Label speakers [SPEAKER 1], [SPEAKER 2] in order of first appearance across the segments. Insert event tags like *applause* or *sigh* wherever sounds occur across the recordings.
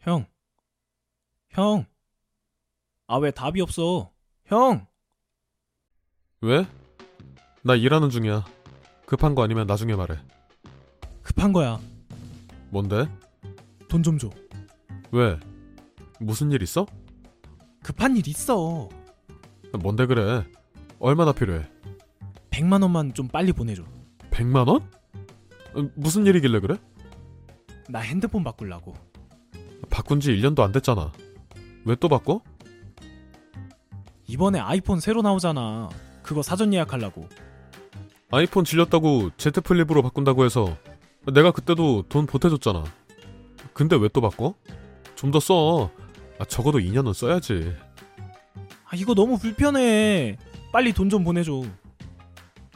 [SPEAKER 1] 형. 형. 아, 왜 답이 없어? 형!
[SPEAKER 2] 왜? 나 일하는 중이야. 급한 거 아니면 나중에 말해.
[SPEAKER 1] 급한 거야.
[SPEAKER 2] 뭔데?
[SPEAKER 1] 돈 좀 줘.
[SPEAKER 2] 왜? 무슨 일 있어?
[SPEAKER 1] 급한 일 있어.
[SPEAKER 2] 뭔데 그래? 얼마나 필요해?
[SPEAKER 1] 100만 원만 좀 빨리 보내줘.
[SPEAKER 2] 100만 원? 음, 무슨 일이길래 그래?
[SPEAKER 1] 나 핸드폰 바꾸려고.
[SPEAKER 2] 바꾼 지 1년도 안 됐잖아. 왜 또 바꿔?
[SPEAKER 1] 이번에 아이폰 새로 나오잖아. 그거 사전 예약하려고.
[SPEAKER 2] 아이폰 질렸다고 Z 플립으로 바꾼다고 해서 내가 그때도 돈 보태줬잖아. 근데 왜 또 바꿔? 좀 더 써. 아, 적어도 2년은 써야지.
[SPEAKER 1] 아, 이거 너무 불편해. 빨리 돈 좀 보내줘.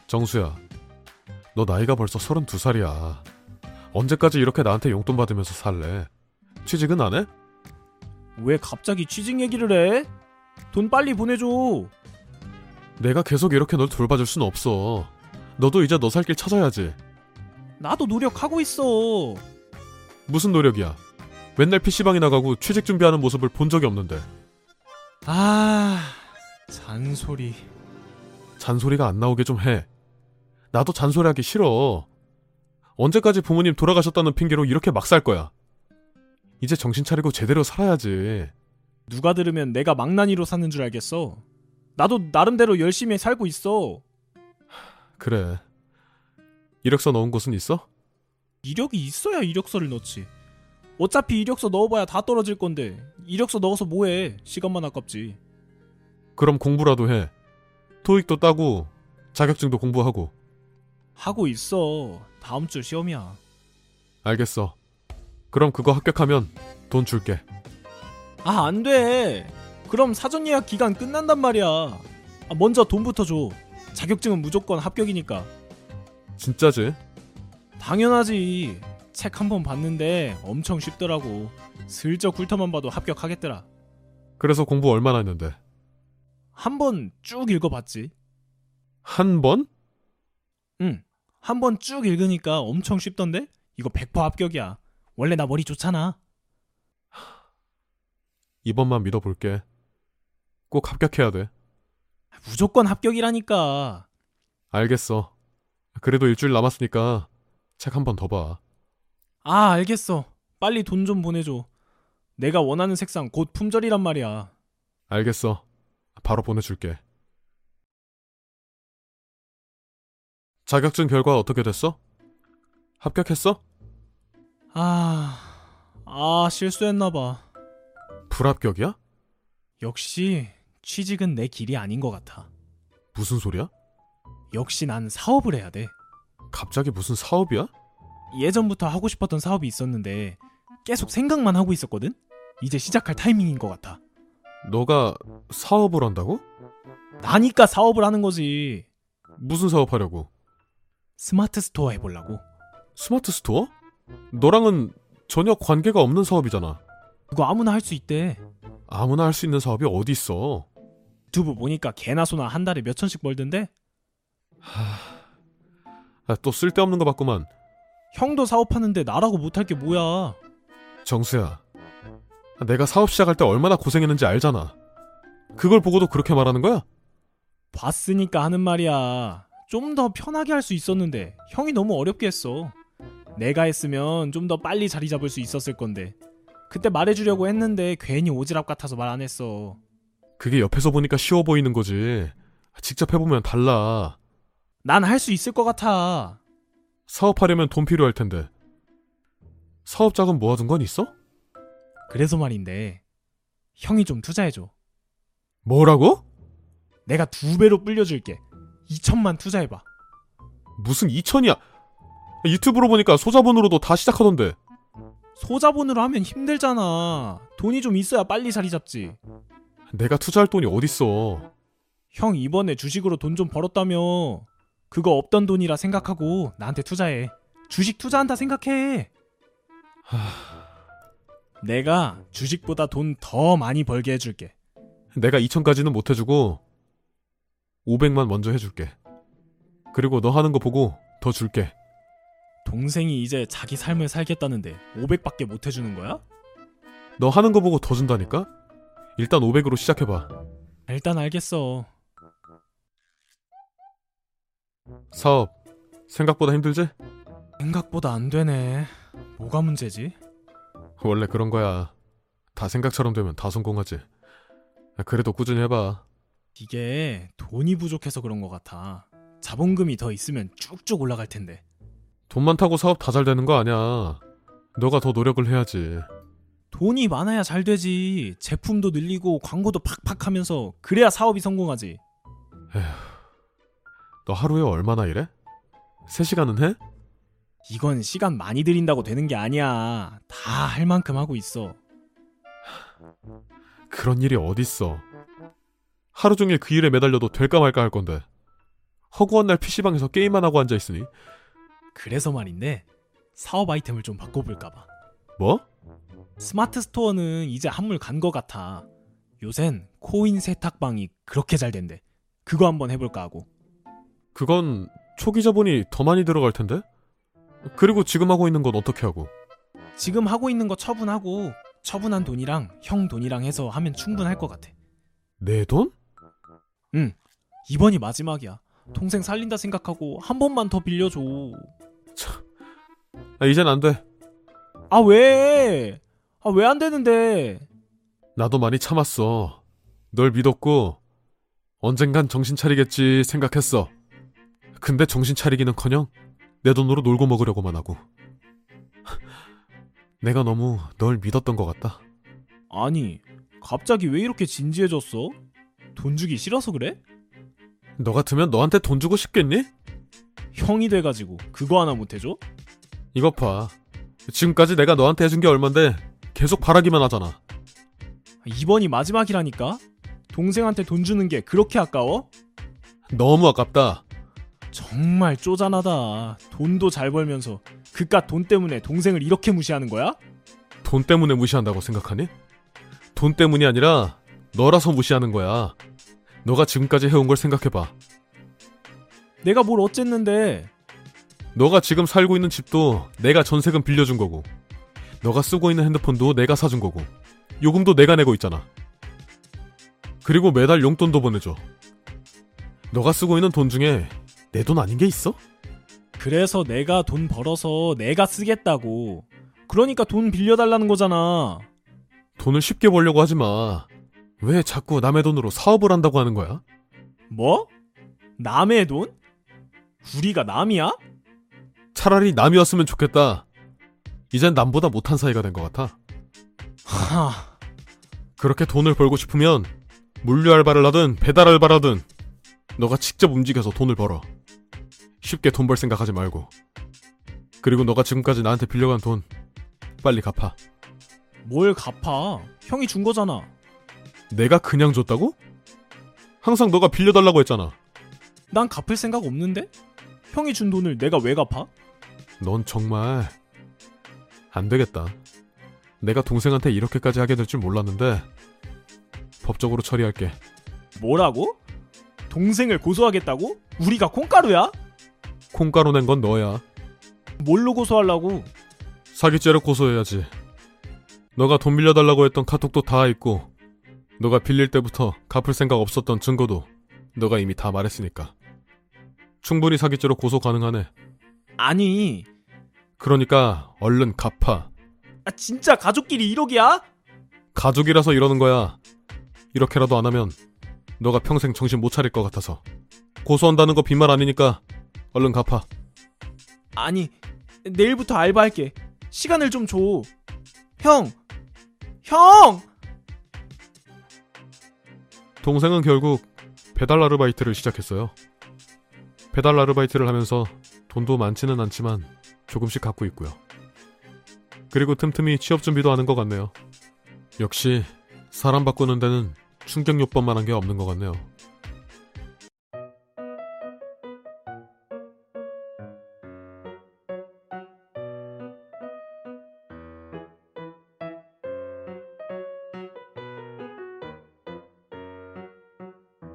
[SPEAKER 2] 정수야, 너 나이가 벌써 32살이야. 언제까지 이렇게 나한테 용돈 받으면서 살래? 취직은 안 해?
[SPEAKER 1] 왜 갑자기 취직 얘기를 해? 돈 빨리 보내줘.
[SPEAKER 2] 내가 계속 이렇게 널 돌봐줄 순 없어. 너도 이제 너 살 길 찾아야지.
[SPEAKER 1] 나도 노력하고 있어.
[SPEAKER 2] 무슨 노력이야? 맨날 PC방에 나가고 취직 준비하는 모습을 본 적이 없는데.
[SPEAKER 1] 아, 잔소리.
[SPEAKER 2] 잔소리가 안 나오게 좀 해. 나도 잔소리하기 싫어. 언제까지 부모님 돌아가셨다는 핑계로 이렇게 막 살 거야. 이제 정신 차리고 제대로 살아야지.
[SPEAKER 1] 누가 들으면 내가 망나니로 사는 줄 알겠어. 나도 나름대로 열심히 살고 있어.
[SPEAKER 2] 그래. 이력서 넣은 곳은 있어?
[SPEAKER 1] 이력이 있어야 이력서를 넣지. 어차피 이력서 넣어봐야 다 떨어질 건데 이력서 넣어서 뭐해? 시간만 아깝지.
[SPEAKER 2] 그럼 공부라도 해. 토익도 따고 자격증도 공부하고.
[SPEAKER 1] 하고 있어. 다음 주 시험이야.
[SPEAKER 2] 알겠어. 그럼 그거 합격하면 돈 줄게.
[SPEAKER 1] 아, 안 돼. 그럼 사전 예약 기간 끝난단 말이야. 아, 먼저 돈부터 줘. 자격증은 무조건 합격이니까.
[SPEAKER 2] 진짜지?
[SPEAKER 1] 당연하지. 책 한 번 봤는데 엄청 쉽더라고. 슬쩍 훑어만 봐도 합격하겠더라.
[SPEAKER 2] 그래서 공부 얼마나 했는데?
[SPEAKER 1] 한 번 쭉 읽어봤지.
[SPEAKER 2] 한 번?
[SPEAKER 1] 응. 한 번 쭉 읽으니까 엄청 쉽던데? 이거 100% 합격이야. 원래 나 머리 좋잖아.
[SPEAKER 2] 이번만 믿어볼게. 꼭 합격해야 돼.
[SPEAKER 1] 무조건 합격이라니까.
[SPEAKER 2] 알겠어. 그래도 일주일 남았으니까 책 한 번 더 봐.
[SPEAKER 1] 아, 알겠어. 빨리 돈 좀 보내줘. 내가 원하는 색상 곧 품절이란 말이야.
[SPEAKER 2] 알겠어. 바로 보내줄게. 자격증 결과 어떻게 됐어? 합격했어?
[SPEAKER 1] 아, 아, 실수했나봐.
[SPEAKER 2] 불합격이야?
[SPEAKER 1] 역시 취직은 내 길이 아닌 것 같아.
[SPEAKER 2] 무슨 소리야?
[SPEAKER 1] 역시 난 사업을 해야 돼.
[SPEAKER 2] 갑자기 무슨 사업이야?
[SPEAKER 1] 예전부터 하고 싶었던 사업이 있었는데 계속 생각만 하고 있었거든? 이제 시작할 타이밍인 것 같아.
[SPEAKER 2] 너가 사업을 한다고?
[SPEAKER 1] 나니까 사업을 하는 거지.
[SPEAKER 2] 무슨 사업 하려고?
[SPEAKER 1] 스마트 스토어 해보려고.
[SPEAKER 2] 스마트 스토어? 너랑은 전혀 관계가 없는 사업이잖아.
[SPEAKER 1] 그거 아무나 할 수 있대.
[SPEAKER 2] 아무나 할 수 있는 사업이 어디 있어?
[SPEAKER 1] 두부 보니까 개나 소나 한 달에 몇 천씩 벌던데?
[SPEAKER 2] 아, 또 쓸데없는 거 봤구만.
[SPEAKER 1] 형도 사업하는데 나라고 못할 게 뭐야.
[SPEAKER 2] 정수야, 내가 사업 시작할 때 얼마나 고생했는지 알잖아. 그걸 보고도 그렇게 말하는 거야?
[SPEAKER 1] 봤으니까 하는 말이야. 좀 더 편하게 할 수 있었는데 형이 너무 어렵게 했어. 내가 했으면 좀 더 빨리 자리 잡을 수 있었을 건데. 그때 말해주려고 했는데 괜히 오지랖 같아서 말 안 했어.
[SPEAKER 2] 그게 옆에서 보니까 쉬워 보이는 거지. 직접 해보면 달라.
[SPEAKER 1] 난 할 수 있을 것 같아.
[SPEAKER 2] 사업하려면 돈 필요할 텐데. 사업 자금 모아둔 건 있어?
[SPEAKER 1] 그래서 말인데 형이 좀 투자해줘.
[SPEAKER 2] 뭐라고?
[SPEAKER 1] 내가 두 배로 불려줄게. 2천만 투자해봐.
[SPEAKER 2] 무슨 2천이야? 유튜브로 보니까 소자본으로도 다 시작하던데.
[SPEAKER 1] 소자본으로 하면 힘들잖아. 돈이 좀 있어야 빨리 자리 잡지.
[SPEAKER 2] 내가 투자할 돈이 어딨어.
[SPEAKER 1] 형 이번에 주식으로 돈 좀 벌었다며. 그거 없던 돈이라 생각하고 나한테 투자해. 주식 투자한다 생각해. 내가 주식보다 돈 더 많이 벌게 해줄게.
[SPEAKER 2] 내가 2천까지는 못 해주고 500만 먼저 해줄게. 그리고 너 하는 거 보고 더 줄게.
[SPEAKER 1] 동생이 이제 자기 삶을 살겠다는데 500밖에 못 해주는 거야?
[SPEAKER 2] 너 하는 거 보고 더 준다니까? 일단 500으로 시작해봐.
[SPEAKER 1] 일단 알겠어.
[SPEAKER 2] 사업 생각보다 힘들지?
[SPEAKER 1] 생각보다 안 되네. 뭐가 문제지?
[SPEAKER 2] 원래 그런 거야. 다 생각처럼 되면 다 성공하지. 아, 그래도 꾸준히 해봐.
[SPEAKER 1] 이게 돈이 부족해서 그런 것 같아. 자본금이 더 있으면 쭉쭉 올라갈 텐데.
[SPEAKER 2] 돈 많다고 사업 다 잘 되는 거 아니야. 너가 더 노력을 해야지.
[SPEAKER 1] 돈이 많아야 잘 되지. 제품도 늘리고 광고도 팍팍 하면서 그래야 사업이 성공하지.
[SPEAKER 2] 너 하루에 얼마나 일해? 3시간은 해?
[SPEAKER 1] 이건 시간 많이 들인다고 되는 게 아니야. 다 할 만큼 하고 있어.
[SPEAKER 2] 그런 일이 어딨어. 하루 종일 그 일에 매달려도 될까 말까 할 건데. 허구한 날 PC방에서 게임만 하고 앉아있으니.
[SPEAKER 1] 그래서 말인데 사업 아이템을 좀 바꿔볼까봐.
[SPEAKER 2] 뭐?
[SPEAKER 1] 스마트 스토어는 이제 한물 간 것 같아. 요샌 코인 세탁방이 그렇게 잘 된대. 그거 한번 해볼까 하고.
[SPEAKER 2] 그건 초기 자본이 더 많이 들어갈 텐데? 그리고 지금 하고 있는 건 어떻게 하고?
[SPEAKER 1] 지금 하고 있는 거 처분하고 처분한 돈이랑 형 돈이랑 해서 하면 충분할 것 같아.
[SPEAKER 2] 내 돈?
[SPEAKER 1] 이번이 마지막이야. 동생 살린다 생각하고 한 번만 더 빌려줘.
[SPEAKER 2] 아, 이젠 안 돼.
[SPEAKER 1] 아 왜? 아 왜 안 되는데?
[SPEAKER 2] 나도 많이 참았어. 널 믿었고 언젠간 정신 차리겠지 생각했어. 근데 정신 차리기는커녕 내 돈으로 놀고 먹으려고만 *laughs* 하고. 내가 너무 널 믿었던 것 같다.
[SPEAKER 1] 아니 갑자기 왜 이렇게 진지해졌어? 돈 주기 싫어서 그래?
[SPEAKER 2] 너 같으면 너한테 돈 주고 싶겠니?
[SPEAKER 1] 형이 돼가지고 그거 하나 못 해줘?
[SPEAKER 2] 이것 봐. 지금까지 내가 너한테 해준 게 얼만데 계속 바라기만 하잖아.
[SPEAKER 1] 이번이 마지막이라니까? 동생한테 돈 주는 게 그렇게 아까워?
[SPEAKER 2] 너무 아깝다.
[SPEAKER 1] 정말 쪼잔하다. 돈도 잘 벌면서 그깟 돈 때문에 동생을 이렇게 무시하는 거야?
[SPEAKER 2] 돈 때문에 무시한다고 생각하니? 돈 때문이 아니라 너라서 무시하는 거야. 너가 지금까지 해온 걸 생각해봐.
[SPEAKER 1] 내가 뭘 어쨌는데?
[SPEAKER 2] 너가 지금 살고 있는 집도 내가 전세금 빌려준 거고 너가 쓰고 있는 핸드폰도 내가 사준 거고 요금도 내가 내고 있잖아 그리고 매달 용돈도 보내줘 너가 쓰고 있는 돈 중에 내 돈 아닌 게 있어?
[SPEAKER 1] 그래서 내가 돈 벌어서 내가 쓰겠다고. 그러니까 돈 빌려달라는 거잖아.
[SPEAKER 2] 돈을 쉽게 벌려고 하지 마왜 자꾸 남의 돈으로 사업을 한다고 하는 거야?
[SPEAKER 1] 뭐? 남의 돈? 우리가 남이야?
[SPEAKER 2] 차라리 남이었으면 좋겠다 이젠 남보다 못한 사이가 된 것 같아
[SPEAKER 1] 하,
[SPEAKER 2] 그렇게 돈을 벌고 싶으면 물류 알바를 하든 배달 알바를 하든 너가 직접 움직여서 돈을 벌어. 쉽게 돈 벌 생각하지 말고. 그리고 너가 지금까지 나한테 빌려간 돈 빨리 갚아.
[SPEAKER 1] 뭘 갚아? 형이 준 거잖아.
[SPEAKER 2] 내가 그냥 줬다고? 항상 너가 빌려달라고 했잖아.
[SPEAKER 1] 난 갚을 생각 없는데? 형이 준 돈을 내가 왜 갚아?
[SPEAKER 2] 넌 정말 안 되겠다. 내가 동생한테 이렇게까지 하게 될 줄 몰랐는데 법적으로 처리할게.
[SPEAKER 1] 뭐라고? 동생을 고소하겠다고? 우리가 콩가루야?
[SPEAKER 2] 콩가루 낸 건 너야.
[SPEAKER 1] 뭘로 고소하려고?
[SPEAKER 2] 사기죄로 고소해야지. 너가 돈 빌려달라고 했던 카톡도 다 있고, 너가 빌릴 때부터 갚을 생각 없었던 증거도 너가 이미 다 말했으니까. 충분히 사기죄로 고소 가능하네.
[SPEAKER 1] 아니,
[SPEAKER 2] 그러니까 얼른 갚아.
[SPEAKER 1] 아, 진짜 가족끼리 1억이야?
[SPEAKER 2] 가족이라서 이러는 거야. 이렇게라도 안 하면 너가 평생 정신 못 차릴 것 같아서. 고소한다는 거 빈말 아니니까 얼른 갚아.
[SPEAKER 1] 아니, 내일부터 알바할게. 시간을 좀 줘. 형! 형!
[SPEAKER 2] 동생은 결국 배달 아르바이트를 시작했어요. 배달 아르바이트를 하면서 돈도 많지는 않지만 조금씩 갖고 있고요. 그리고 틈틈이 취업 준비도 하는 것 같네요. 역시 사람 바꾸는 데는 충격요법만 한 게 없는 것 같네요.